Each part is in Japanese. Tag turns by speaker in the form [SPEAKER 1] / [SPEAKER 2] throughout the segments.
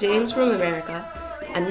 [SPEAKER 1] James from America, and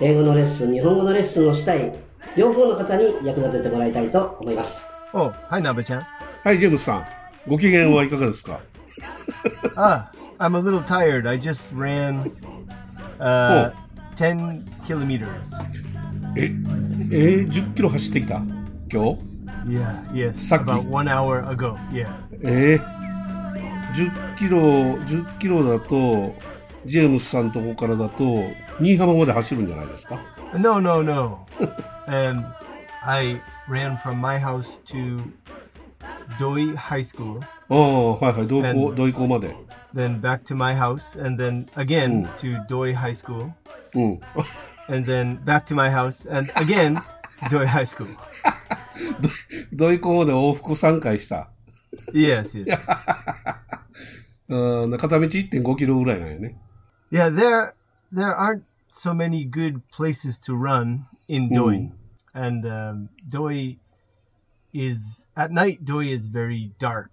[SPEAKER 2] 英語のレッスン日本語のレッスンをしたい両方の方に役立ててもらいたいと思います
[SPEAKER 3] おはい、なべちゃん。
[SPEAKER 4] はい、ジェームスさん。ご機嫌はいかがですか、
[SPEAKER 3] Ah, I'm a little tired. I just ran uh, 10 kilometers.
[SPEAKER 4] え、えー、10キロ走ってきた今日
[SPEAKER 3] Yeah, yes.
[SPEAKER 4] Saki.
[SPEAKER 3] About one hour ago. Yeah.
[SPEAKER 4] えー、10キロ、10キロだと、ジェームスさんとこからだと、新居浜まで走るんじゃないですか
[SPEAKER 3] No, no, no. um, I ran from my house to Doi High School,
[SPEAKER 4] ああ、はいはい、同
[SPEAKER 3] う
[SPEAKER 4] 行、
[SPEAKER 3] ん
[SPEAKER 4] 同行まで。
[SPEAKER 3] then back to my house, and then again to
[SPEAKER 4] Mm.
[SPEAKER 3] Doi High School,
[SPEAKER 4] うん。
[SPEAKER 3] and then back to my house, and again Doi High School.
[SPEAKER 4] 同行まで往復3回した。
[SPEAKER 3] Yes, yes.
[SPEAKER 4] うん、片道1.5キロぐらいなんよね。
[SPEAKER 3] Yeah, there there aren't so many good places to run in Doi,
[SPEAKER 4] Mm.
[SPEAKER 3] and um, Doi is at night. Doi is very dark.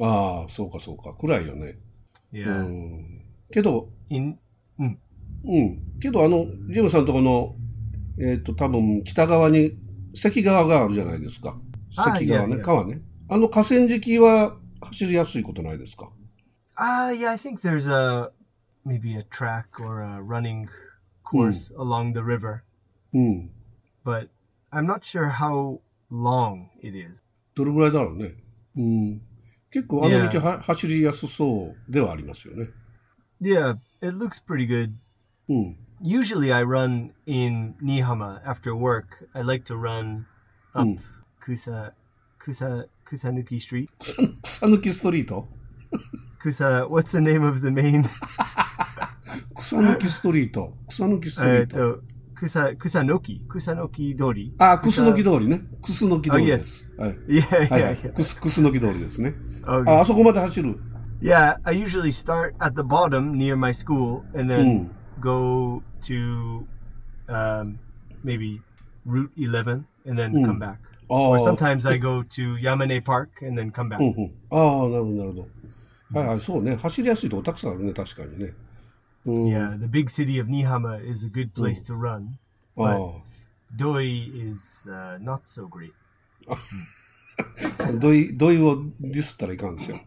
[SPEAKER 4] ああ、そうかそうか。暗いよね。
[SPEAKER 3] Yeah.
[SPEAKER 4] Hmm. うん。けど、
[SPEAKER 3] In
[SPEAKER 4] うん。けど、あの、ジムさんのとこの、えっ、と、多分、北側に、関川があるじゃないですか。
[SPEAKER 3] あー
[SPEAKER 4] 関川
[SPEAKER 3] いや
[SPEAKER 4] ね、
[SPEAKER 3] いや
[SPEAKER 4] 川ね。あの河川敷は走りやすいことないですか
[SPEAKER 3] ah, yeah, I think there's a maybe a track or a running course along the river,
[SPEAKER 4] うん。
[SPEAKER 3] but I'm not sure how long it is.
[SPEAKER 4] どれぐらいだろうね。うん。結構、あ
[SPEAKER 3] い
[SPEAKER 4] の
[SPEAKER 3] や
[SPEAKER 4] 道は走りやすそうではありますよね。
[SPEAKER 3] Yeah, it looks pretty good.
[SPEAKER 4] うん。
[SPEAKER 3] Usually, I run in Nihama after work. I like to run
[SPEAKER 4] う
[SPEAKER 3] あ
[SPEAKER 4] ん。
[SPEAKER 3] Kusa Kusa Kusanuki Street.
[SPEAKER 4] 草草抜きストリート
[SPEAKER 3] Kusa, what's the name of the main? uh,
[SPEAKER 4] 草抜きストリート。草抜きストリート。
[SPEAKER 3] uh, Kusa Kusanoki Kusanoki Dori.
[SPEAKER 4] あ、くすのき通りね。くすのき通りです。はい。
[SPEAKER 3] Yeah, yeah,
[SPEAKER 4] はいはい
[SPEAKER 3] yeah.。
[SPEAKER 4] くす、くすのき通りですね。あ、
[SPEAKER 3] Okay.
[SPEAKER 4] あそこまで走る。
[SPEAKER 3] Yeah, I usually start at the bottom near my school and
[SPEAKER 4] う
[SPEAKER 3] then
[SPEAKER 4] ん。
[SPEAKER 3] go to um, maybe Route 11 and then come
[SPEAKER 4] Mm.
[SPEAKER 3] back.
[SPEAKER 4] あ
[SPEAKER 3] Or
[SPEAKER 4] あ。
[SPEAKER 3] sometimes I go to Yamane Park and then come back.
[SPEAKER 4] うんうん、ああ、なるほど、なるほど。はいはい、そうね。走りやすいとこたくさんあるね、確かにね。うん、
[SPEAKER 3] Yeah, the big city of Nihama is a good place to run.
[SPEAKER 4] ああ
[SPEAKER 3] Doi is uh, not so great.
[SPEAKER 4] その土井、土井をディスったらいかんですよ。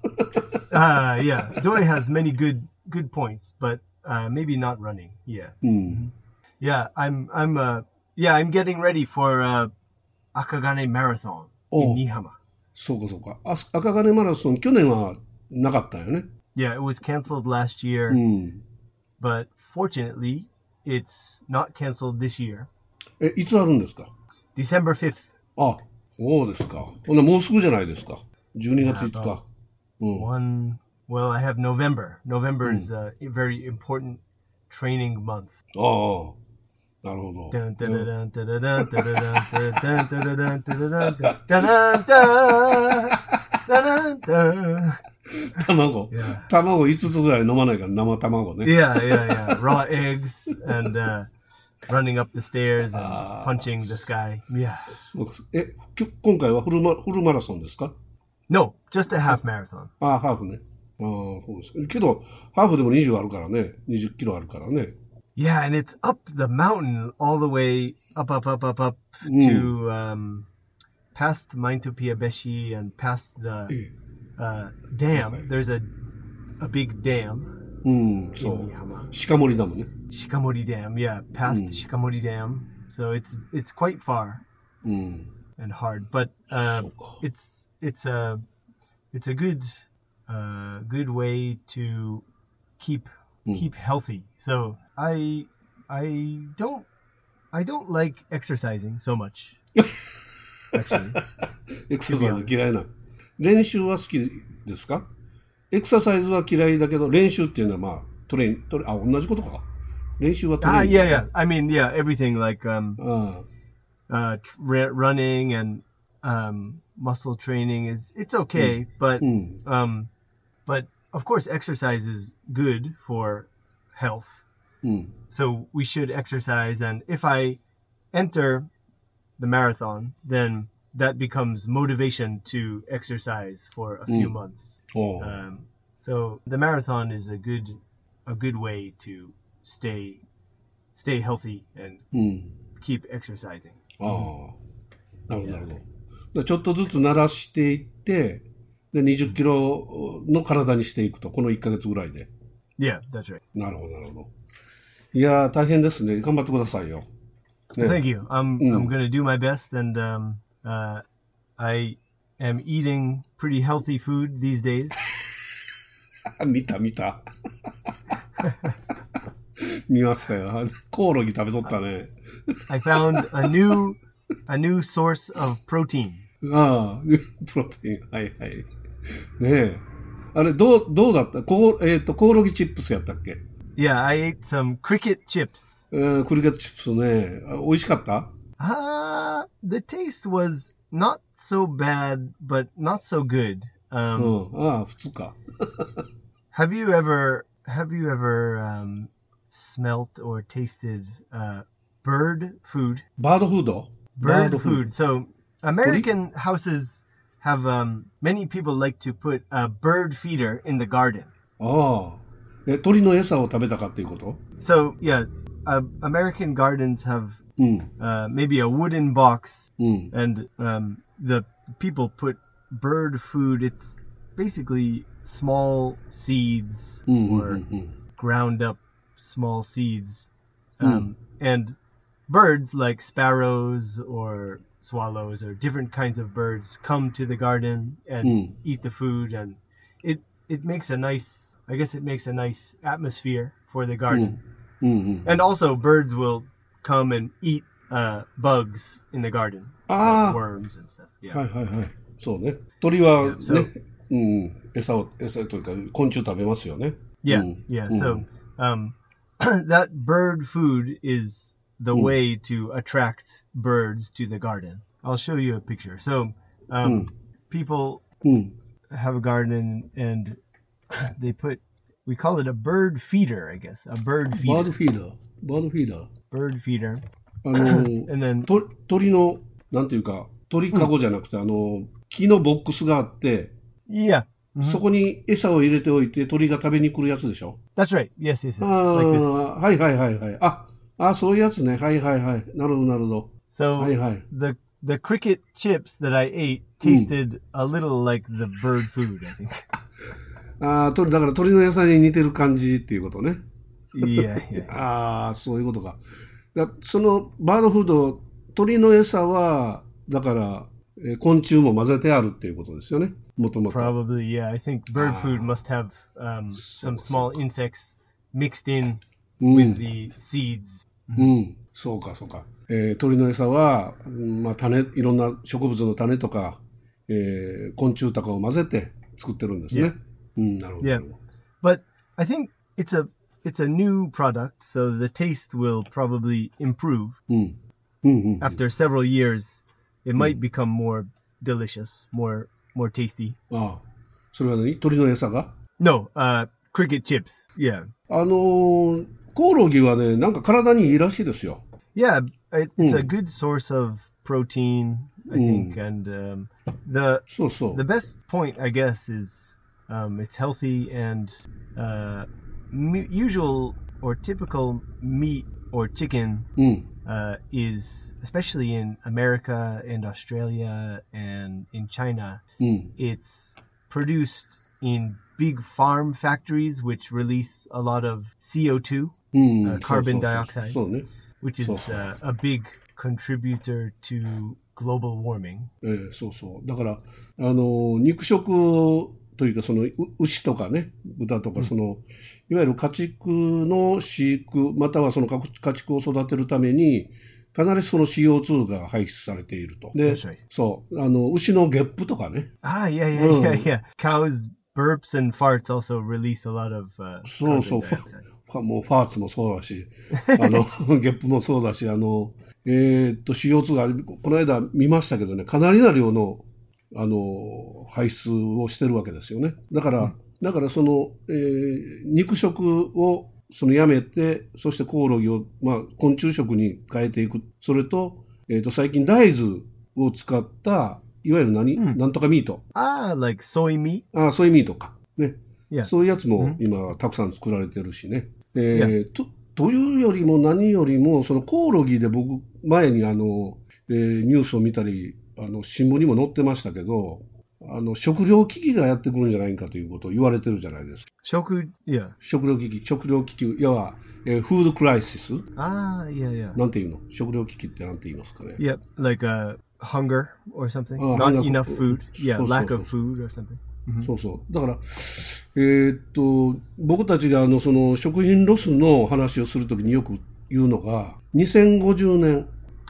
[SPEAKER 3] uh yeah doi has many good good points but uh maybe not running yeah
[SPEAKER 4] うん。
[SPEAKER 3] yeah i'm i'm uh yeah i'm getting ready for uh akagane marathon
[SPEAKER 4] Oh.
[SPEAKER 3] in nihama
[SPEAKER 4] そうか、そうか。あす赤金マラソン、去年はなかったよね。
[SPEAKER 3] yeah it was canceled last
[SPEAKER 4] う
[SPEAKER 3] year
[SPEAKER 4] ん。
[SPEAKER 3] but fortunately it's not canceled this year
[SPEAKER 4] え、いつあるんですか
[SPEAKER 3] december 5th
[SPEAKER 4] あ、そうですか。ほんならもうすぐじゃないですか。12月5
[SPEAKER 3] やば
[SPEAKER 4] 日。うん。
[SPEAKER 3] one well i have november november
[SPEAKER 4] Hmm.
[SPEAKER 3] is a very important training month
[SPEAKER 4] ああ。なるほど。
[SPEAKER 3] Dun, dun, dun, dun, dun, dun, dun, dun, dun, dun, dun, dun, dun, dun, dun, dun, dun, dun, dun, dun.
[SPEAKER 4] 卵。
[SPEAKER 3] Yeah,
[SPEAKER 4] 卵5つぐらい飲まないから生卵ね。
[SPEAKER 3] yeah, yeah, yeah. Raw eggs and uh, running up the stairs and
[SPEAKER 4] Ah.
[SPEAKER 3] punching the sky. Yeah.
[SPEAKER 4] そうですえ、きょ今回はフルマフルマラソンですか
[SPEAKER 3] No, just a half marathon.
[SPEAKER 4] ああ、ハーフね。ああ、そうですか。けど、ハーフでも20あるからね。20キロあるからね。
[SPEAKER 3] Yeah, and it's up the mountain all the way up, up, up, up, up
[SPEAKER 4] うん。
[SPEAKER 3] to um, past Maintopia Beshi and past the
[SPEAKER 4] え
[SPEAKER 3] uh, dam. There's a a big dam
[SPEAKER 4] えうん、そ
[SPEAKER 3] in
[SPEAKER 4] う。
[SPEAKER 3] Yama.
[SPEAKER 4] 鹿森ダムね。
[SPEAKER 3] Shikamori Dam, yeah, past
[SPEAKER 4] Mm.
[SPEAKER 3] Shikamori Dam. So it's it's quite far
[SPEAKER 4] うん。
[SPEAKER 3] and hard, but uh,
[SPEAKER 4] そうか。
[SPEAKER 3] it's it's a it's a good uh, good way to keep
[SPEAKER 4] Mm.
[SPEAKER 3] keep healthy. So I I don't I don't like exercising so much. Actually,
[SPEAKER 4] エクササイズ嫌いな。練習は好きですかエクササイズは嫌いだけど、練習っていうのはまあ、トレイン、トレあ、同じことか。練習はトレ
[SPEAKER 3] Ah,
[SPEAKER 4] ーニング。
[SPEAKER 3] yeah, yeah. I mean, yeah, everything like um,
[SPEAKER 4] うん。
[SPEAKER 3] uh, tr- running and um, muscle training is it's okay, but
[SPEAKER 4] うん。
[SPEAKER 3] um, but of course, exercise is good for health.
[SPEAKER 4] うん。
[SPEAKER 3] So we should exercise, and if I enter the marathon, then that becomes motivation to exercise for a few
[SPEAKER 4] Mm.
[SPEAKER 3] months.
[SPEAKER 4] おう
[SPEAKER 3] Um, so the marathon is a good a good way to stay stay healthy and
[SPEAKER 4] うん。
[SPEAKER 3] keep exercising.
[SPEAKER 4] ああ。なるほど、なるほど。だからちょっとずつ慣らしていって、で、20キロの体にしていくと、この1ヶ月ぐらいで。
[SPEAKER 3] Yeah, that's right.
[SPEAKER 4] なるほど、なるほど。いやー、大変ですね。頑張ってくださいよ。 ね
[SPEAKER 3] Thank you. I'm I'm gonna
[SPEAKER 4] Mm.
[SPEAKER 3] do my best, and um, uh, I am eating pretty healthy food these days.
[SPEAKER 4] 見た見た。 見ましたよ。コオロギ食べとったね。
[SPEAKER 3] I found a new a new source of protein.
[SPEAKER 4] ああ、プロテイン。はいはい。ねえ。あれ、どう、どうだったコオ,、えー、とコオロギチップスやったっけ
[SPEAKER 3] Yeah, I ate some cricket chips.
[SPEAKER 4] えー、クリケットチップスね。あ美味しかった
[SPEAKER 3] Ah, the taste was not so bad, but not so good.
[SPEAKER 4] う
[SPEAKER 3] Um,
[SPEAKER 4] ん。ああ、普通か。
[SPEAKER 3] Have you ever have you ever um, smelt or tasted uh, bird food?
[SPEAKER 4] バードフードバ
[SPEAKER 3] Bird
[SPEAKER 4] ード
[SPEAKER 3] food.
[SPEAKER 4] フード。
[SPEAKER 3] So American houses have um, many people like to put a bird feeder in the garden.
[SPEAKER 4] ああ。え、鳥の餌を食べたかっていうこと
[SPEAKER 3] So yeah, uh, American gardens have
[SPEAKER 4] うん。
[SPEAKER 3] uh, maybe a wooden box,
[SPEAKER 4] うん。
[SPEAKER 3] and um, the people put bird food. It's basically small seeds
[SPEAKER 4] うん。うん。う
[SPEAKER 3] or
[SPEAKER 4] ん。
[SPEAKER 3] ground up small seeds. Um, And birds like sparrows or swallows or different kinds of birds come to the garden and
[SPEAKER 4] Mm.
[SPEAKER 3] eat the food, and it it makes a nice. I guess it makes a nice atmosphere for the garden.
[SPEAKER 4] うん。うん。
[SPEAKER 3] And also, birds will come and eat uh, bugs in the garden, like
[SPEAKER 4] ああ。
[SPEAKER 3] worms and stuff. Yeah.
[SPEAKER 4] はいはいはい。そうね。鳥は
[SPEAKER 3] Yeah,
[SPEAKER 4] ね、
[SPEAKER 3] so-
[SPEAKER 4] うん、餌を、餌というか、昆虫食べますよね。
[SPEAKER 3] Yeah,
[SPEAKER 4] Mm.
[SPEAKER 3] yeah.
[SPEAKER 4] Mm.
[SPEAKER 3] So um, that bird food is the
[SPEAKER 4] Mm.
[SPEAKER 3] way to attract birds to the garden. I'll show you a picture. So um,
[SPEAKER 4] Mm.
[SPEAKER 3] people
[SPEAKER 4] うん。
[SPEAKER 3] have a garden and they put we call it a bird feeder, I guess. A bird
[SPEAKER 4] バ
[SPEAKER 3] feeder.
[SPEAKER 4] ードフィーダー。バードフィーダー。
[SPEAKER 3] Bird feeder.
[SPEAKER 4] あの、
[SPEAKER 3] And then
[SPEAKER 4] と鳥の、なんていうか、鳥かごじゃなくて、あの、木のボックスがあって、
[SPEAKER 3] yeah.
[SPEAKER 4] そこに餌を入れておいて、鳥が食べに来るやつでしょ。
[SPEAKER 3] That's right. Yes, yes, yes.
[SPEAKER 4] あ
[SPEAKER 3] Like this.
[SPEAKER 4] あ、はいはいはいはい。あ、あそういうやつね。はいはいはい。なるほどなるほど。
[SPEAKER 3] So
[SPEAKER 4] はいはい。
[SPEAKER 3] the the cricket chips that I ate
[SPEAKER 4] Mm.
[SPEAKER 3] tasted a little like the bird food, I think.
[SPEAKER 4] ああ、鳥、だから鳥の餌に似てる感じっていうことね。
[SPEAKER 3] yeah, yeah.
[SPEAKER 4] ああ、そういうことか。だそのバードフード、鳥の餌は、だから、えー昆虫も混ぜてあるっていうことですよね。もともと。
[SPEAKER 3] Probably, yeah. I think bird food
[SPEAKER 4] Ah.
[SPEAKER 3] must have um, some small
[SPEAKER 4] So-
[SPEAKER 3] insects mixed in
[SPEAKER 4] う
[SPEAKER 3] with
[SPEAKER 4] ん。
[SPEAKER 3] the seeds.
[SPEAKER 4] うん。そうか、そうか。えー鳥の餌は、うんまあ、種、いろんな植物の種とか、えー昆虫とかを混ぜて作ってるんですね。うん、なるほど。
[SPEAKER 3] Yeah. But I think it's a it's a new product, so the taste will probably improve
[SPEAKER 4] うん。うん、うん。
[SPEAKER 3] after several years. It might
[SPEAKER 4] Mm-hmm.
[SPEAKER 3] become more delicious, more more tasty.
[SPEAKER 4] ああ。それは何鳥の餌が
[SPEAKER 3] No, uh, cricket chips. Yeah,
[SPEAKER 4] あのーコオロギはね、なんか体にいいらしいですよ。
[SPEAKER 3] yeah. It, it's a
[SPEAKER 4] Mm.
[SPEAKER 3] good source of protein, I
[SPEAKER 4] Mm.
[SPEAKER 3] think, and um, the
[SPEAKER 4] そうそう。
[SPEAKER 3] The best point, I guess, is um, it's healthy and uh, m- usual or typical meat or chicken
[SPEAKER 4] うん。
[SPEAKER 3] uh, is, especially in America and Australia and in China,
[SPEAKER 4] うん。
[SPEAKER 3] it's produced in big farm factories which release a lot of CO2,
[SPEAKER 4] うん、
[SPEAKER 3] uh, carbon
[SPEAKER 4] そうそうそう
[SPEAKER 3] dioxide
[SPEAKER 4] そうね、
[SPEAKER 3] which is uh, a big contributor to global warming.
[SPEAKER 4] えーそうそう。だから、あのー肉食というか、その、う牛とかね、豚とか、その、いわゆる家畜の飼育、またはその家家畜を育てるために、かなりその CO2 が排出されていると。で
[SPEAKER 3] That's、right.
[SPEAKER 4] そう、あの、牛のゲップとかね、
[SPEAKER 3] Ah, yeah, yeah,
[SPEAKER 4] Mm.
[SPEAKER 3] yeah, yeah. Cows' burps and farts also release a lot of uh,
[SPEAKER 4] So,
[SPEAKER 3] carbon
[SPEAKER 4] so.
[SPEAKER 3] dioxide.
[SPEAKER 4] ファもうファーツもそうだ し、あの、ゲップもそうだし、あの、えーっと、CO2 があれ、この間見ましたけどね、かなりな量の、あの、排出をしてるわけですよね。だから、だからその、えー肉食をそのやめて、そしてコオロギを、まあ、昆虫食に変えていく。それと、えーっと、最近大豆を使った、いわゆる何、
[SPEAKER 3] うん
[SPEAKER 4] なんとかミート。
[SPEAKER 3] Ah, like soy meat.
[SPEAKER 4] ああ、そういうミートか。ね。
[SPEAKER 3] いや
[SPEAKER 4] そういうやつ
[SPEAKER 3] う
[SPEAKER 4] も
[SPEAKER 3] ん
[SPEAKER 4] 今たくさん作られてるしね。えーと、というよりも何よりも、そのコオロギで僕、前にあの、えーニュースを見たり、あの、新聞にも載ってましたけど、あの、食糧危機がやってくるんじゃないかということを言われてるじゃないですか。
[SPEAKER 3] Shoku. Yeah.
[SPEAKER 4] 食糧危機、食糧危機、いわば、えーフードクライシス
[SPEAKER 3] Ah, yeah, yeah.
[SPEAKER 4] なんていうの食糧危機ってなんて言いますかね。
[SPEAKER 3] Yep, like uh, hunger or something.
[SPEAKER 4] Oh,
[SPEAKER 3] Not
[SPEAKER 4] hunger.
[SPEAKER 3] enough food. Yeah,
[SPEAKER 4] So, so,
[SPEAKER 3] lack
[SPEAKER 4] so,
[SPEAKER 3] of
[SPEAKER 4] so.
[SPEAKER 3] food or something. Mhm.
[SPEAKER 4] そうそう。だから、えーっと、僕たちがあの、その食品ロスの話をするときによく言うのが、2050年、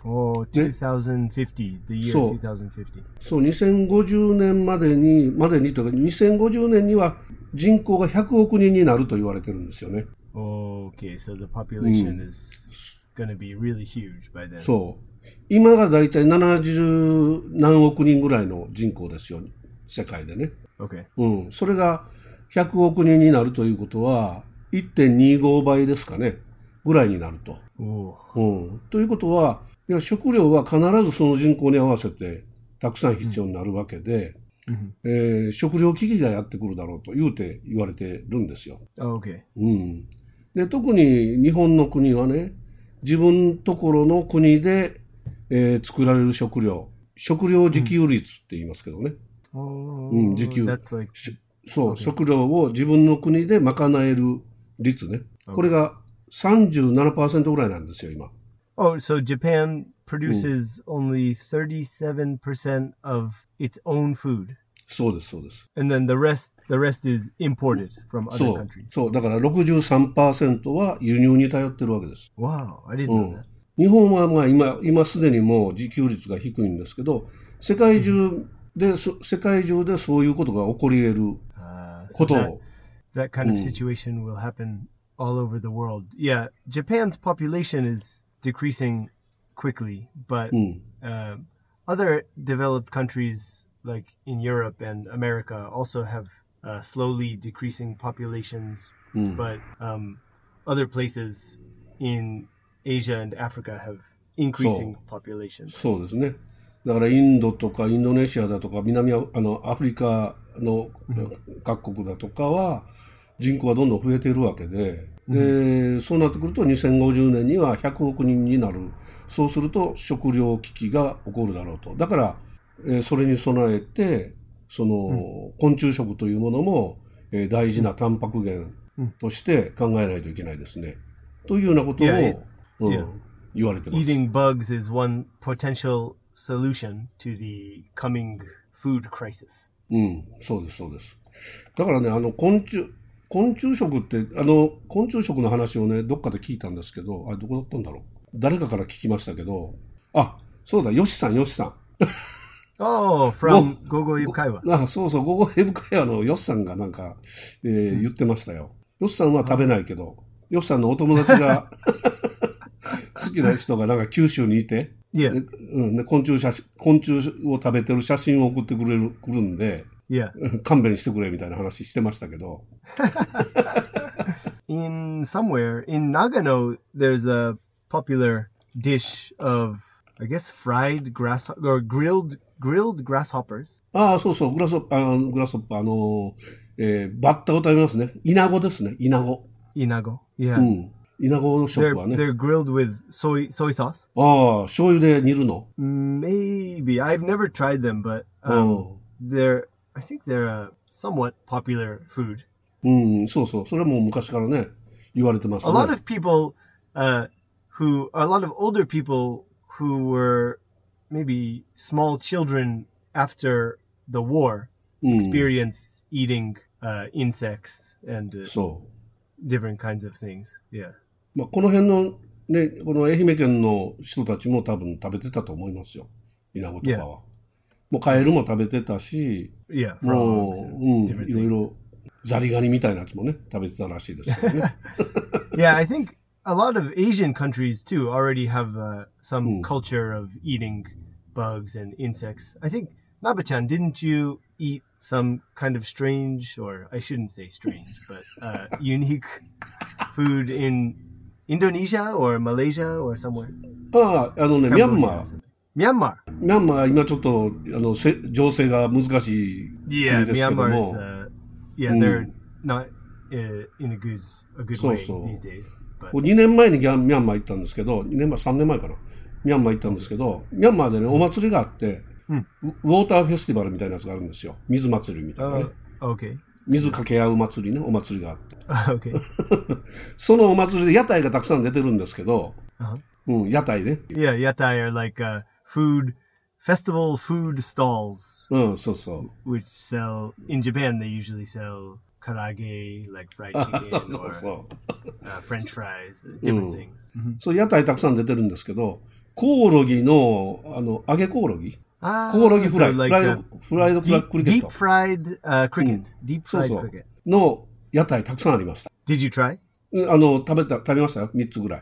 [SPEAKER 3] Oh, 2050, the year
[SPEAKER 4] So-
[SPEAKER 3] 2050.
[SPEAKER 4] そう、2050年までに、までにというか、2050年には人口が100億人になると言われてるんですよね。
[SPEAKER 3] Okay, so the population
[SPEAKER 4] Hmm.
[SPEAKER 3] is going to be really huge by then.
[SPEAKER 4] そう。今がだいたい70何億人ぐらいの人口ですよ、世界でね。
[SPEAKER 3] Okay.
[SPEAKER 4] うん。それが100億人になるということは、1.25倍ですかね、ぐらいになると。
[SPEAKER 3] Oh,
[SPEAKER 4] うん、ということはいや食料は必ずその人口に合わせてたくさん必要になるわけで、
[SPEAKER 3] Mhm.
[SPEAKER 4] えー食料危機がやってくるだろうと言うて言われてるんですよ。
[SPEAKER 3] Oh, okay.
[SPEAKER 4] うん、で特に日本の国はね自分ところの国で、えー作られる食料食料自給率って言いますけどね、
[SPEAKER 3] Oh,
[SPEAKER 4] Mm, GQ.
[SPEAKER 3] that's like
[SPEAKER 4] しそう、
[SPEAKER 3] Okay.
[SPEAKER 4] 食料を自分の国で賄える率ねこれが37%ぐらいなんですよ今。
[SPEAKER 3] Oh, so Japan produces only 37% of its own food.
[SPEAKER 4] そうですそうです。
[SPEAKER 3] And then the rest the rest is imported from other
[SPEAKER 4] そう
[SPEAKER 3] countries.
[SPEAKER 4] そうだから63%は輸入に頼ってるわけです。
[SPEAKER 3] Wow, I didn't
[SPEAKER 4] う
[SPEAKER 3] know
[SPEAKER 4] ん
[SPEAKER 3] that.、
[SPEAKER 4] 日本はまあ今今すでにもう自給率が低いんですけど世界中で、そ世界中でそういうことが起こり得る
[SPEAKER 3] Uh,
[SPEAKER 4] こ
[SPEAKER 3] so
[SPEAKER 4] と
[SPEAKER 3] that,
[SPEAKER 4] を
[SPEAKER 3] that kind of
[SPEAKER 4] Mm.
[SPEAKER 3] situation will happen all over the world. Yeah, Japan's population is decreasing quickly, but
[SPEAKER 4] うん、
[SPEAKER 3] uh, other developed countries like in Europe and America also have uh, slowly decreasing populations,
[SPEAKER 4] うん、
[SPEAKER 3] but um, other places in Asia and Africa have increasing populations.
[SPEAKER 4] そうですね。だからインドとかインドネシアだとか南アあのアフリカの各国だとかは人口がどんどん増えているわけで、でそうなってくると2050年には100億人になるそうすると食糧危機が起こるだろうとだから、えーそれに備えてその、昆虫食というものも、えー大事なタンパク源として考えないといけないですね、というようなことを、
[SPEAKER 3] いやいや
[SPEAKER 4] うん
[SPEAKER 3] いや
[SPEAKER 4] 言われてます。
[SPEAKER 3] Eating bugs is one potential solution to the coming food crisis.
[SPEAKER 4] うん、そうです、そうです。だからね、あの、昆虫、昆虫食って、あの、昆虫食の話をね、どっかで聞いたんですけど、あ、どこだったんだろう。誰かから聞きましたけど、あ、そうだ、ヨシさん、ヨシさん。
[SPEAKER 3] Oh, from Gogo Yukaiwa.
[SPEAKER 4] あ、そうそう、ここヘブカヤのヨシさんがなんか、えー言ってましたよ。ヨシさんは食べないけど、ヨシさんのお友達が、好きな人がなんか九州にいて、
[SPEAKER 3] Yeah,
[SPEAKER 4] でうん、で昆虫写真、昆虫を食べてる写真を送ってくれる、くるんで、
[SPEAKER 3] yeah.
[SPEAKER 4] 勘弁してくれみたいな話してましたけど、
[SPEAKER 3] in somewhere in Nagano, there's a popular dish of I guess fried grass or grilled grilled grasshoppers.
[SPEAKER 4] ああ、そうそう、グラソッパ、あのグラソッパ、あのー、えーバッタを食べますね。イナゴですね、イナゴ。
[SPEAKER 3] Inago. Yeah.
[SPEAKER 4] うん。イナゴの食
[SPEAKER 3] They're
[SPEAKER 4] はね。
[SPEAKER 3] they're grilled with soy soy sauce.
[SPEAKER 4] ああ、醤油で煮るの。
[SPEAKER 3] Maybe I've never tried them, but
[SPEAKER 4] う
[SPEAKER 3] um,
[SPEAKER 4] ん
[SPEAKER 3] they're I think they're a somewhat popular food.
[SPEAKER 4] うん、そうそう。それはもう昔からね、言われてます
[SPEAKER 3] a lot
[SPEAKER 4] ね。
[SPEAKER 3] of people uh, who a lot of older people who were maybe small children after the war
[SPEAKER 4] うん、
[SPEAKER 3] experienced eating uh, insects and uh,
[SPEAKER 4] そ
[SPEAKER 3] different kinds of things yeah
[SPEAKER 4] う。まあ、この辺の、ね、この愛媛県の人たちも多分食べてたと思いますよ。イナゴとかは。もうカエルも食べてたし、
[SPEAKER 3] yeah frogs and
[SPEAKER 4] もう、うん、い
[SPEAKER 3] different
[SPEAKER 4] ろい
[SPEAKER 3] things.
[SPEAKER 4] ろザリガニみたいなやつもね、食べてたらしいですけどね。
[SPEAKER 3] yeah, I think a lot of Asian countries too already have uh, some
[SPEAKER 4] Mm.
[SPEAKER 3] culture of eating bugs and insects. I think Nabachan, didn't you eat some kind of strange, or I shouldn't say strange, but uh, unique food in Indonesia or Malaysia or somewhere?
[SPEAKER 4] ああ、あのね、ミャンマ
[SPEAKER 3] Cambodia or
[SPEAKER 4] ー。
[SPEAKER 3] something. Myanmar.
[SPEAKER 4] ミャンマー、今ちょっと、あの、せ情勢が難しい。
[SPEAKER 3] Yeah,
[SPEAKER 4] 国ですけども。
[SPEAKER 3] Myanmar is. Uh, yeah,
[SPEAKER 4] Mm.
[SPEAKER 3] they're not uh, in a good a good
[SPEAKER 4] So,
[SPEAKER 3] way
[SPEAKER 4] so.
[SPEAKER 3] these days. But
[SPEAKER 4] 2年前にギャンミャンマー行ったんですけど、2年前、3年前かな。ミャンマー行ったんですけど、ミャンマーでね、お祭りがあって、
[SPEAKER 3] うん
[SPEAKER 4] ウウォーターフェスティバルみたいなやつがあるんですよ。水祭りみたいなね。
[SPEAKER 3] uh, okay,
[SPEAKER 4] 水かけ合う祭りね、お祭りがあって。
[SPEAKER 3] okay,
[SPEAKER 4] そのお祭りで屋台がたくさん出てるんですけど、
[SPEAKER 3] uh-huh.
[SPEAKER 4] うん、屋台ね。
[SPEAKER 3] yeah, yatai are like uh, food festival food stalls
[SPEAKER 4] うん、そうそう。
[SPEAKER 3] which sell in Japan. They usually sell karage, like fried
[SPEAKER 4] あ
[SPEAKER 3] chicken
[SPEAKER 4] そうそう
[SPEAKER 3] or
[SPEAKER 4] そう。
[SPEAKER 3] Uh, French fries, uh, different
[SPEAKER 4] Mm.
[SPEAKER 3] things.
[SPEAKER 4] そう、屋台たくさん出てるんですけど、コオロギの、あの、揚げコオロギ
[SPEAKER 3] Ah,
[SPEAKER 4] コオロギフライ、
[SPEAKER 3] so
[SPEAKER 4] フ
[SPEAKER 3] like
[SPEAKER 4] ライ
[SPEAKER 3] uh,
[SPEAKER 4] ド、フライドクラ
[SPEAKER 3] deep,
[SPEAKER 4] クリケッ
[SPEAKER 3] deep
[SPEAKER 4] ト
[SPEAKER 3] fried uh, cricket, deep
[SPEAKER 4] Mm. So,
[SPEAKER 3] fried
[SPEAKER 4] so.
[SPEAKER 3] cricket.
[SPEAKER 4] の屋台たくさんありました。
[SPEAKER 3] Did you try?
[SPEAKER 4] うんあの、食べた、食べましたよ。3つぐらい。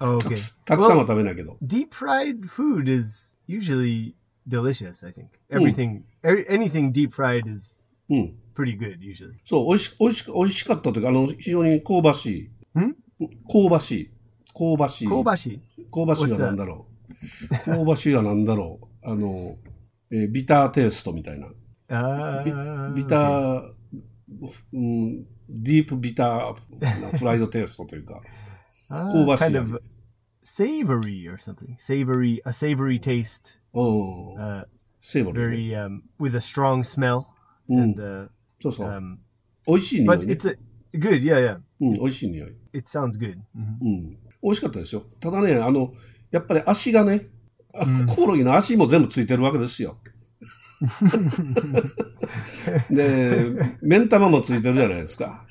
[SPEAKER 3] Oh,
[SPEAKER 4] た
[SPEAKER 3] okay.
[SPEAKER 4] くすたくさんは食べないけど。
[SPEAKER 3] deep fried food is usually delicious. I think
[SPEAKER 4] Mm.
[SPEAKER 3] everything, er, anything deep fried is
[SPEAKER 4] うん。
[SPEAKER 3] pretty good usually.
[SPEAKER 4] そう、美味し、美味し、美味しかったというか、あの、非常に香ばしい。
[SPEAKER 3] ん
[SPEAKER 4] 香ばしい。香ばしい。
[SPEAKER 3] Kobashi.
[SPEAKER 4] 香ばしいは何だろう。香ばしいは何だろう。あの、えービターテイストみたいな。
[SPEAKER 3] Ah,
[SPEAKER 4] ビター、うん、ディープビターなフライドテイストというか。
[SPEAKER 3] ah,
[SPEAKER 4] 香ばしい味。
[SPEAKER 3] kind of savory or something. Savory, a savory taste.
[SPEAKER 4] うん。
[SPEAKER 3] Uh,
[SPEAKER 4] セーバル、ね。
[SPEAKER 3] very um, with a strong smell
[SPEAKER 4] う
[SPEAKER 3] and
[SPEAKER 4] ん。
[SPEAKER 3] uh,
[SPEAKER 4] そうそう。
[SPEAKER 3] um,
[SPEAKER 4] 美味しい匂い
[SPEAKER 3] but
[SPEAKER 4] ね
[SPEAKER 3] it's。a good. Yeah, yeah.
[SPEAKER 4] うん、美味しい匂い。
[SPEAKER 3] It sounds good. Mhm.
[SPEAKER 4] うん。美味しかったですよ。ただね、あの、やっぱり足がね、あ
[SPEAKER 3] うん
[SPEAKER 4] コオロギの足も全部ついてるわけです よ。で、目ん玉もついてるじゃないですか。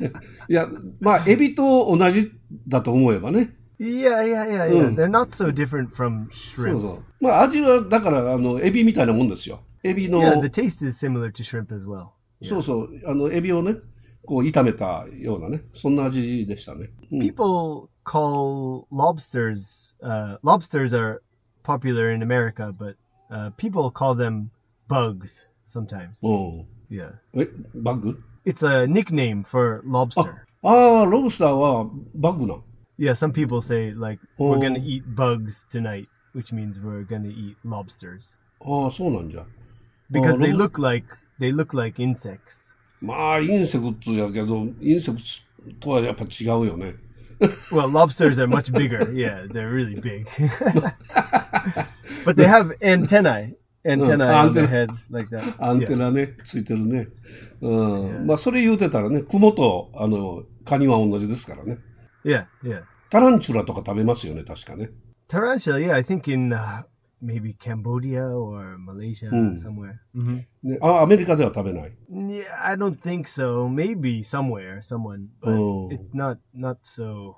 [SPEAKER 4] いや、まあ、エビと同じだと思えばね。
[SPEAKER 3] Yeah, yeah, yeah, yeah.
[SPEAKER 4] Mm.
[SPEAKER 3] They're not so different from
[SPEAKER 4] そう
[SPEAKER 3] shrimp.
[SPEAKER 4] そう。まあ、味は、だから、あの、エビみたいなもんですよ。エビの、
[SPEAKER 3] Yeah, the taste is similar to shrimp as well.
[SPEAKER 4] そうそう、あの、エビをね、こう、炒めたようなね、そんな味でしたね。うん
[SPEAKER 3] people call lobsters uh, lobsters are popular in America, but uh, people call them bugs sometimes.
[SPEAKER 4] うん。
[SPEAKER 3] Yeah,
[SPEAKER 4] え、バッグ
[SPEAKER 3] it's a nickname for lobster.
[SPEAKER 4] ああ、ロブスターはバッグなん。
[SPEAKER 3] Yeah, some people say like
[SPEAKER 4] Oh.
[SPEAKER 3] we're gonna eat bugs tonight, which means we're gonna eat lobsters
[SPEAKER 4] ああ、そうなんじゃ。
[SPEAKER 3] because
[SPEAKER 4] Oh,
[SPEAKER 3] they
[SPEAKER 4] lob-
[SPEAKER 3] look like they look like insects.
[SPEAKER 4] まあ、インセクトやけど、インセクトとはやっぱ違うよね。
[SPEAKER 3] Well, lobsters are much bigger. Yeah, they're really big. but they have antennae, antennae on their
[SPEAKER 4] antenna.
[SPEAKER 3] head like that.
[SPEAKER 4] アンテ
[SPEAKER 3] Yeah.
[SPEAKER 4] ナね、ついてるね。う
[SPEAKER 3] Yeah.
[SPEAKER 4] ん。まあ、それ言うてたらね、クモと、あの、カニは同じですからね。
[SPEAKER 3] Yeah, yeah.
[SPEAKER 4] タランチュラとか食べますよね、確かね。
[SPEAKER 3] Tarantula, yeah, I think in uh, maybe Cambodia or Malaysia
[SPEAKER 4] Hmm.
[SPEAKER 3] somewhere. hmm
[SPEAKER 4] ねあアメリカでは食べない。
[SPEAKER 3] Yeah, I don't think so. Maybe somewhere, someone, but
[SPEAKER 4] Oh.
[SPEAKER 3] it's not not so.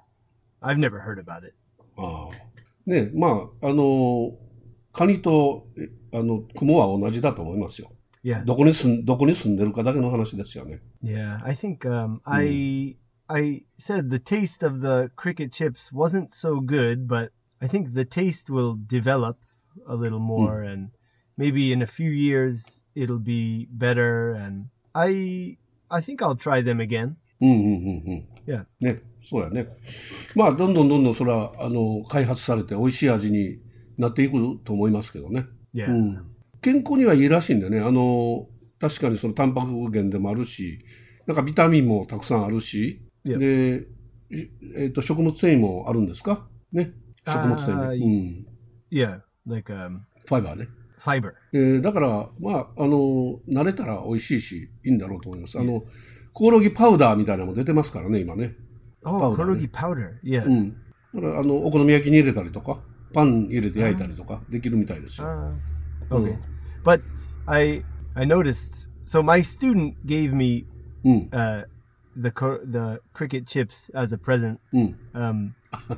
[SPEAKER 3] I've never heard about it.
[SPEAKER 4] ああ。ねまあ、あの、カニと、えあの、クモは同じだと思いますよ。
[SPEAKER 3] Yeah,
[SPEAKER 4] どこに住ん、どこに住んでるかだけの話ですよね。
[SPEAKER 3] yeah. I think um,
[SPEAKER 4] Hmm.
[SPEAKER 3] I I said the taste of the cricket chips wasn't so good, but I think the taste will develop a little
[SPEAKER 4] Hmm.
[SPEAKER 3] more, and maybe in a few years it'll be better. And I I think I'll try them again.
[SPEAKER 4] うんうんうんうん。
[SPEAKER 3] Yeah.
[SPEAKER 4] ね、そうやね。まあ、どんどんどんどんそれは、あの、開発されて美味しい味になっていくと思いますけどね。
[SPEAKER 3] Yeah.
[SPEAKER 4] うん。健康にはいいらしいんでね、あの、確かにそのタンパク源でもあるし、なんかビタミンもたくさんあるし、
[SPEAKER 3] Yeah.
[SPEAKER 4] で、いえっ、と、食物繊維もあるんですかね。食物繊
[SPEAKER 3] あー
[SPEAKER 4] 維。うん。
[SPEAKER 3] Yeah, like um,
[SPEAKER 4] ファイバーね。
[SPEAKER 3] fiber.
[SPEAKER 4] えーだから、まあ、あの、慣れたら美味しいし、いいんだろうと思います。あの
[SPEAKER 3] Yes.、
[SPEAKER 4] コオロギパウダーみたいなのも出てますからね、今ね。
[SPEAKER 3] Oh,
[SPEAKER 4] Powder,
[SPEAKER 3] korogi powder. Yeah.
[SPEAKER 4] うん。だから、あの、お好み焼きに入れたりとか、パン入れて焼いたりとか、できるみたいですよ。
[SPEAKER 3] Ah,
[SPEAKER 4] Mm.
[SPEAKER 3] okay. But I I noticed. So my student gave me
[SPEAKER 4] うん。
[SPEAKER 3] uh, the cor- the cricket chips as a present.
[SPEAKER 4] うん。
[SPEAKER 3] Um,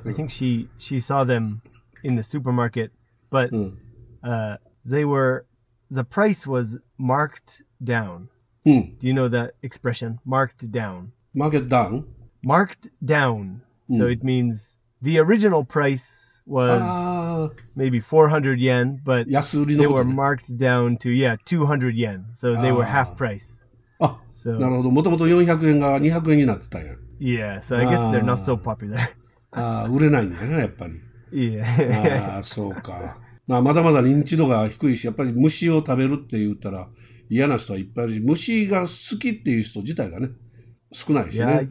[SPEAKER 3] I think she she saw them in the supermarket, but
[SPEAKER 4] うん。
[SPEAKER 3] uh, they were the price was marked down.
[SPEAKER 4] うん。
[SPEAKER 3] Do you know that expression? Marked down.
[SPEAKER 4] マーケットダウン
[SPEAKER 3] marked down. So
[SPEAKER 4] Mm.
[SPEAKER 3] it means the original price was
[SPEAKER 4] ああ、
[SPEAKER 3] maybe 400 yen, but
[SPEAKER 4] 安売り
[SPEAKER 3] they
[SPEAKER 4] のこ
[SPEAKER 3] were
[SPEAKER 4] とね、
[SPEAKER 3] marked down to yeah 200 yen. So they were half
[SPEAKER 4] Ah.
[SPEAKER 3] price.
[SPEAKER 4] あ、
[SPEAKER 3] So
[SPEAKER 4] なるほど。もともと400円が200円になってたんや。
[SPEAKER 3] yeah, so I guess they're not so
[SPEAKER 4] Ah.
[SPEAKER 3] popular.
[SPEAKER 4] ああ、売れないんだよね、やっぱり。
[SPEAKER 3] yeah.
[SPEAKER 4] ああ、そうか。まあ、まだまだ認知度が低いし、やっぱり虫を食べるって言ったら嫌な人はいっぱいいるし、虫が好きっていう人自体がね、少ないし
[SPEAKER 3] yeah. I,。
[SPEAKER 4] ね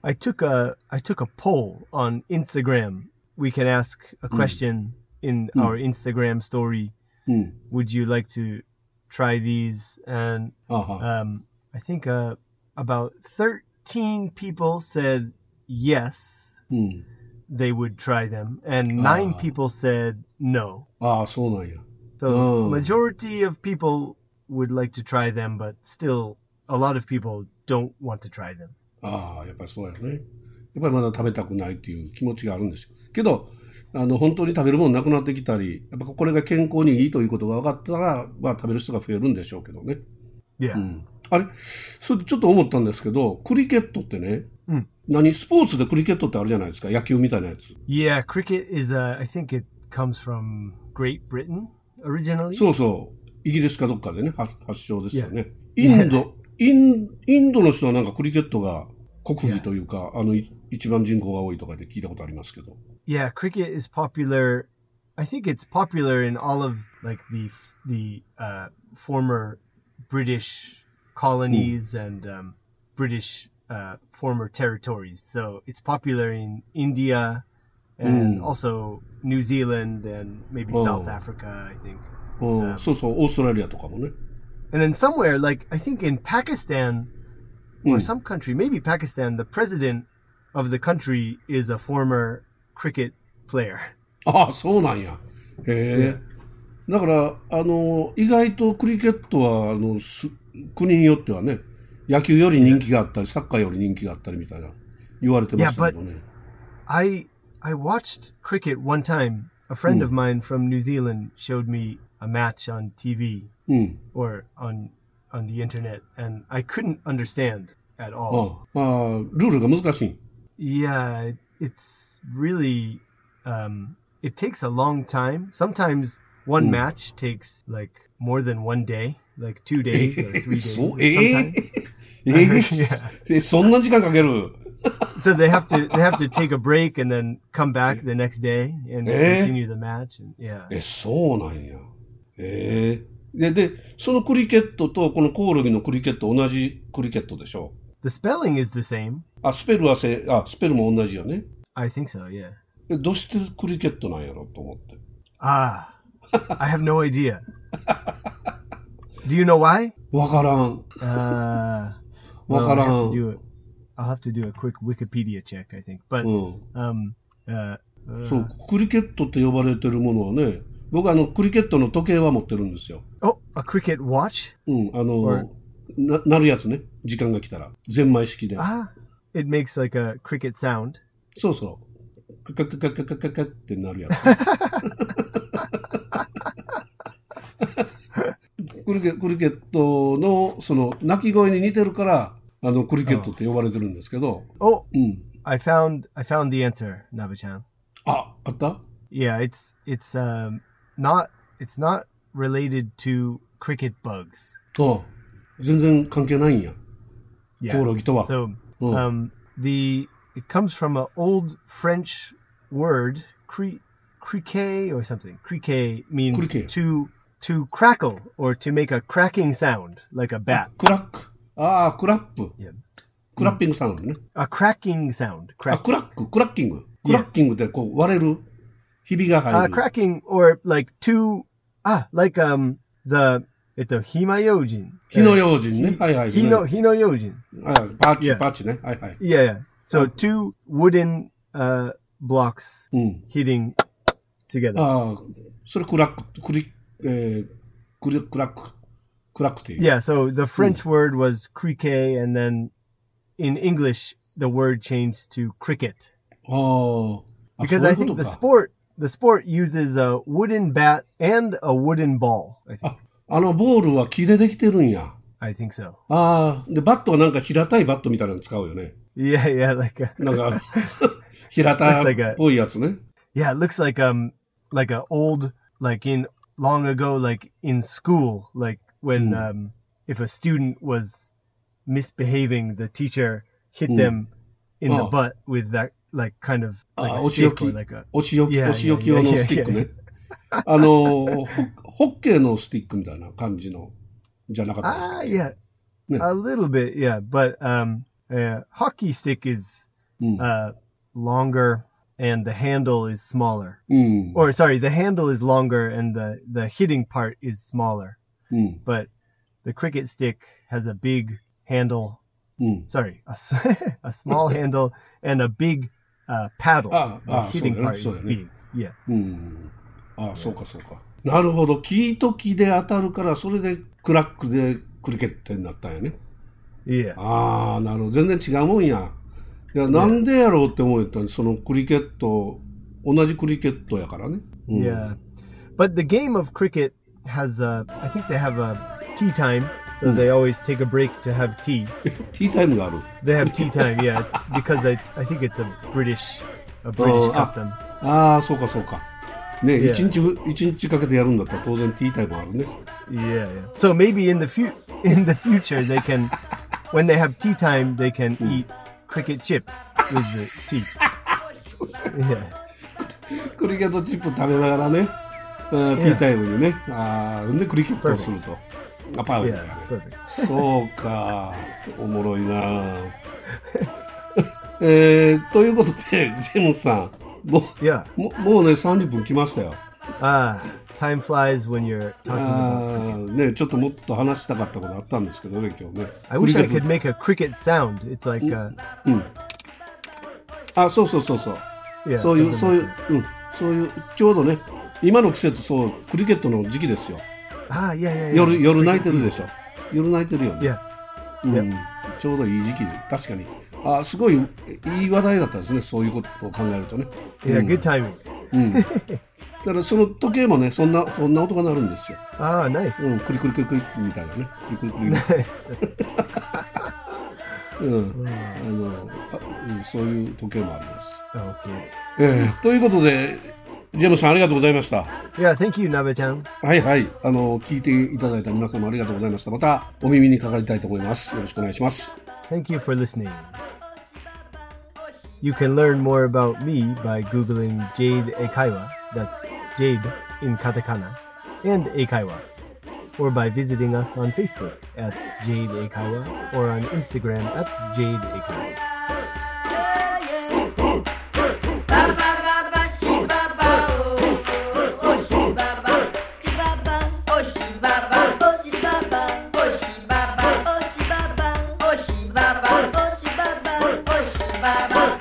[SPEAKER 3] I took a I took a poll on Instagram. We can ask
[SPEAKER 4] Hmm.
[SPEAKER 3] a question in our Instagram story.
[SPEAKER 4] うん。
[SPEAKER 3] Would you like to try these? And
[SPEAKER 4] ああはあ、
[SPEAKER 3] um, I think uh, about 13 people said yes,
[SPEAKER 4] うん。
[SPEAKER 3] they would try them, and nine
[SPEAKER 4] Hmm. Ah.
[SPEAKER 3] people said no.
[SPEAKER 4] ああ、そうなんや。
[SPEAKER 3] So
[SPEAKER 4] Oh.
[SPEAKER 3] majority of people would like to try them, but still a lot of people don't want to try them.
[SPEAKER 4] ああ、やっぱりそうやね。やっぱりまだ食べたくないっていう気持ちがあるんですよ。けど、あの、本当に食べるものなくなってきたり、やっぱこれが健康にいいということが分かったら、まあ食べる人が増えるんでしょうけどね。
[SPEAKER 3] Yeah.
[SPEAKER 4] うん。あれ、それでちょっと思ったんですけど、クリケットってね、
[SPEAKER 3] うん
[SPEAKER 4] 何、スポーツでクリケットってあるじゃないですか、野球みたいなやつ。
[SPEAKER 3] Yeah, cricket is uh, I think it comes from Great Britain originally.
[SPEAKER 4] そうそう、イギリスかどっかでね、発発祥ですよね。
[SPEAKER 3] い
[SPEAKER 4] イ
[SPEAKER 3] や
[SPEAKER 4] ンド、イン、インドの人はなんかクリケットが国技というか、あの、い一番人口が多いとかで聞いたことありますけど。
[SPEAKER 3] yeah, cricket is popular. I think it's popular in all of like the the uh, former British colonies and um, British uh, former territories. So it's popular in India and
[SPEAKER 4] Mm.
[SPEAKER 3] also New Zealand and maybe
[SPEAKER 4] Oh.
[SPEAKER 3] South Africa. I think.
[SPEAKER 4] う、
[SPEAKER 3] うんん
[SPEAKER 4] そうそう、オーストラリアとかもね。
[SPEAKER 3] And then somewhere, like I think in Pakistan or some country, maybe Pakistan, the president of the country is a former cricket player.
[SPEAKER 4] ああ、そうなんや。へえ。だから、あの、意外とクリケットは、あの、す国によってはね、野球より人気があったり、サッカーより人気があったりみたいな、言われてましたけどね。
[SPEAKER 3] I I watched cricket one time. A friend
[SPEAKER 4] Hmm.
[SPEAKER 3] of mine from New Zealand showed me a match on TV
[SPEAKER 4] うん。
[SPEAKER 3] or on on the internet, and I couldn't understand at
[SPEAKER 4] あ
[SPEAKER 3] all.
[SPEAKER 4] あ、まあ、ルールが難しい。
[SPEAKER 3] Yeah, it- it's really um, it takes a long time. Sometimes one
[SPEAKER 4] Hmm.
[SPEAKER 3] match takes like more than one day, like two days or three
[SPEAKER 4] え
[SPEAKER 3] days.
[SPEAKER 4] そう、 え
[SPEAKER 3] sometimes.
[SPEAKER 4] えええ、そんな時間かける
[SPEAKER 3] so they have to they have to take a break and then come back the next day and
[SPEAKER 4] Eh?
[SPEAKER 3] continue the match and yeah
[SPEAKER 4] え、そうなんや。ええで、で、そのクリケットと、このコオロギのクリケット、同じクリケットでしょ
[SPEAKER 3] the spelling is the same
[SPEAKER 4] あ、スペルはせ、あ、スペルも同じよね。
[SPEAKER 3] i think so yeah
[SPEAKER 4] えどうしてクリケットなんやろと思って。
[SPEAKER 3] ah i have no idea do you know why
[SPEAKER 4] わからん。
[SPEAKER 3] uh well,
[SPEAKER 4] Walk
[SPEAKER 3] I have to
[SPEAKER 4] around.
[SPEAKER 3] do it i'll have to do a quick wikipedia check i think but
[SPEAKER 4] うん。
[SPEAKER 3] um uh,
[SPEAKER 4] そう、クリケットって呼ばれてるものはね、僕あの、クリケットの時計は持ってるんですよ。
[SPEAKER 3] oh a cricket watch
[SPEAKER 4] うん、あ
[SPEAKER 3] はい
[SPEAKER 4] の、な、なるやつね。時間が来たら。ゼンマイ式で。
[SPEAKER 3] ah it makes like a cricket sound
[SPEAKER 4] そうそう。カカカカカカカカってなるやつ。クリケクリケットのその鳴き声に似てるからあのクリケットって呼ばれてるんですけど、
[SPEAKER 3] oh
[SPEAKER 4] うん、
[SPEAKER 3] i found i found the answer nabe-chan
[SPEAKER 4] ああった
[SPEAKER 3] Yeah, it's it's um not it's not related to cricket bugs.
[SPEAKER 4] あ全然関係ないんや、コオ
[SPEAKER 3] Yeah.
[SPEAKER 4] ロギとは。
[SPEAKER 3] So
[SPEAKER 4] うん
[SPEAKER 3] um the it comes from an old French word cri- criquet or something. Criquet means
[SPEAKER 4] Criquet.
[SPEAKER 3] to to crackle or to make a cracking sound like a bat.
[SPEAKER 4] クラック。ああ、クラップ
[SPEAKER 3] いや。
[SPEAKER 4] クラッピングサウンドね。
[SPEAKER 3] A cracking sound.
[SPEAKER 4] あ、
[SPEAKER 3] Crack.
[SPEAKER 4] クラック、クラッキング。クラッキングってこう割れる。ひびが
[SPEAKER 3] Uh,
[SPEAKER 4] 入る。
[SPEAKER 3] cracking or like to ah like um the Uh, えっと、ヒマヨウジン。
[SPEAKER 4] 火の用心ね。はいはい。
[SPEAKER 3] ヒノヨウジン。
[SPEAKER 4] はいパー
[SPEAKER 3] い
[SPEAKER 4] チ、
[SPEAKER 3] や
[SPEAKER 4] パーチね。はいはい。
[SPEAKER 3] Yeah, yeah. So two wooden uh, blocks
[SPEAKER 4] うん。
[SPEAKER 3] hitting together.
[SPEAKER 4] ああ、それクラック、クリ、えー、クリ、クラック、クラックっていう。
[SPEAKER 3] yeah, so the French word was criquet, and then in English, the word changed to cricket
[SPEAKER 4] あーあ。
[SPEAKER 3] because
[SPEAKER 4] そうい
[SPEAKER 3] I
[SPEAKER 4] うこ
[SPEAKER 3] think
[SPEAKER 4] と
[SPEAKER 3] the
[SPEAKER 4] か
[SPEAKER 3] sport the sport uses a wooden bat and a wooden ball. I think
[SPEAKER 4] あ、あのボールは木でできてるんや。
[SPEAKER 3] I think so.
[SPEAKER 4] ああ、で、バットはなんか平たいバットみたいなの使うよね。
[SPEAKER 3] Yeah, yeah, like a
[SPEAKER 4] な んか、平田っぽいやつね。
[SPEAKER 3] yeah, it looks like um like a old like in long ago like in school like when
[SPEAKER 4] Mm.
[SPEAKER 3] um if a student was misbehaving, the teacher hit
[SPEAKER 4] Mm.
[SPEAKER 3] them in the
[SPEAKER 4] Oh.
[SPEAKER 3] butt with that like kind of like
[SPEAKER 4] Ah,
[SPEAKER 3] a stick or
[SPEAKER 4] oshiyoki.
[SPEAKER 3] like a
[SPEAKER 4] お仕置き、
[SPEAKER 3] いやいや
[SPEAKER 4] お仕置き用のスティック
[SPEAKER 3] いや
[SPEAKER 4] ね。あの、ホホッケーのスティックみたいな感じの、じゃなかったですか
[SPEAKER 3] ah yeah,
[SPEAKER 4] No.
[SPEAKER 3] a little bit yeah, but um a hockey stick is
[SPEAKER 4] うん。
[SPEAKER 3] uh, longer and the handle is smaller.
[SPEAKER 4] うん。
[SPEAKER 3] Or sorry, the handle is longer and the, the hitting part is smaller.
[SPEAKER 4] うん。
[SPEAKER 3] But the cricket stick has a big handle.
[SPEAKER 4] うん。
[SPEAKER 3] Sorry, a, s- a small handle and a big uh, paddle.
[SPEAKER 4] Ah,
[SPEAKER 3] the
[SPEAKER 4] ah,
[SPEAKER 3] hitting
[SPEAKER 4] so,
[SPEAKER 3] part
[SPEAKER 4] so,
[SPEAKER 3] is
[SPEAKER 4] yeah.
[SPEAKER 3] big. Yeah.
[SPEAKER 4] うん。ああ、そうかそうか。なるほど。キートキで当たるから、それでクラックでクリケットになったんやね。
[SPEAKER 3] Yeah.
[SPEAKER 4] ああ、なるほど。全然違うもんや。いや、なんでやろうって思ったんそのクリケット、同じクリケットやからね。 うん
[SPEAKER 3] Yeah. Hmm. But the game of cricket has a, I think they have a tea time. So they always take a break to have tea.
[SPEAKER 4] ティータイムがある。
[SPEAKER 3] They have tea time, yeah, because I, I think it's a British a British
[SPEAKER 4] Oh, ah.
[SPEAKER 3] custom.
[SPEAKER 4] ああ、そうかそうか。ね、
[SPEAKER 3] Yeah.
[SPEAKER 4] 一日ふ、一日かけてやるんだったら当然ティータイムあるね。
[SPEAKER 3] Yeah, yeah. So maybe in the fu- in the future they can, when they have tea time, they can eat cricket chips with the tea. Yeah,
[SPEAKER 4] クリケットチップ食べながらね、あーティータイムにね、あーでクリケットをすると。あ、パウンドだ
[SPEAKER 3] yeah,
[SPEAKER 4] ね。
[SPEAKER 3] perfect.
[SPEAKER 4] そうか、おもろいな。 えー、ということで、ジェームスさん、も
[SPEAKER 3] Yeah.
[SPEAKER 4] うももうね、30分来ましたよ。
[SPEAKER 3] Ah, time flies when you're
[SPEAKER 4] あ
[SPEAKER 3] talking about.
[SPEAKER 4] ーね、ちょっともっと話したかったことあったんですけどね、今日ね。
[SPEAKER 3] I wish
[SPEAKER 4] ク
[SPEAKER 3] I
[SPEAKER 4] リケ
[SPEAKER 3] could
[SPEAKER 4] ット
[SPEAKER 3] make a cricket sound. It's like uh,
[SPEAKER 4] うん。あ、そうそうそうそう。
[SPEAKER 3] yeah.
[SPEAKER 4] そういう、そう
[SPEAKER 3] something
[SPEAKER 4] いう
[SPEAKER 3] like、
[SPEAKER 4] うん、そういう、ちょうどね、今の季節、そう、クリケットの時期ですよ。
[SPEAKER 3] that. Ah, yeah, yeah. yeah.
[SPEAKER 4] 夜、
[SPEAKER 3] It's
[SPEAKER 4] 夜
[SPEAKER 3] cricket
[SPEAKER 4] 泣いてる
[SPEAKER 3] season.
[SPEAKER 4] でしょ。夜泣いてるよね。
[SPEAKER 3] Yeah,
[SPEAKER 4] うん、ちょうどいい時期で、確かに。あ、すごい、いい話題だったですね、そういうことを考えるとね。
[SPEAKER 3] yeah. Good timing.
[SPEAKER 4] うん。だから、その時計もね、そんな、そんな音が鳴るんですよ。
[SPEAKER 3] Ah, nice.
[SPEAKER 4] うん、クリクリクリクリみたいなね。クリ クリクリ。 うん。あの、あうん、そういう時計もあります。
[SPEAKER 3] Okay.
[SPEAKER 4] えーということで、ジェームスさん、ありがとうございました。
[SPEAKER 3] Yeah. Thank you, Nabe-chan.
[SPEAKER 4] はいはい。あの、聞いていただいた皆様ありがとうございました。また、お耳にかかりたいと思います。よろしくお願いします。
[SPEAKER 3] Thank you for listening. You can learn more about me by googling Jade Eikaiwa, that's Jade in katakana, and Eikaiwa, or by visiting us on Facebook at Jade Eikaiwa or on Instagram at Jade Eikaiwa.
[SPEAKER 5] 「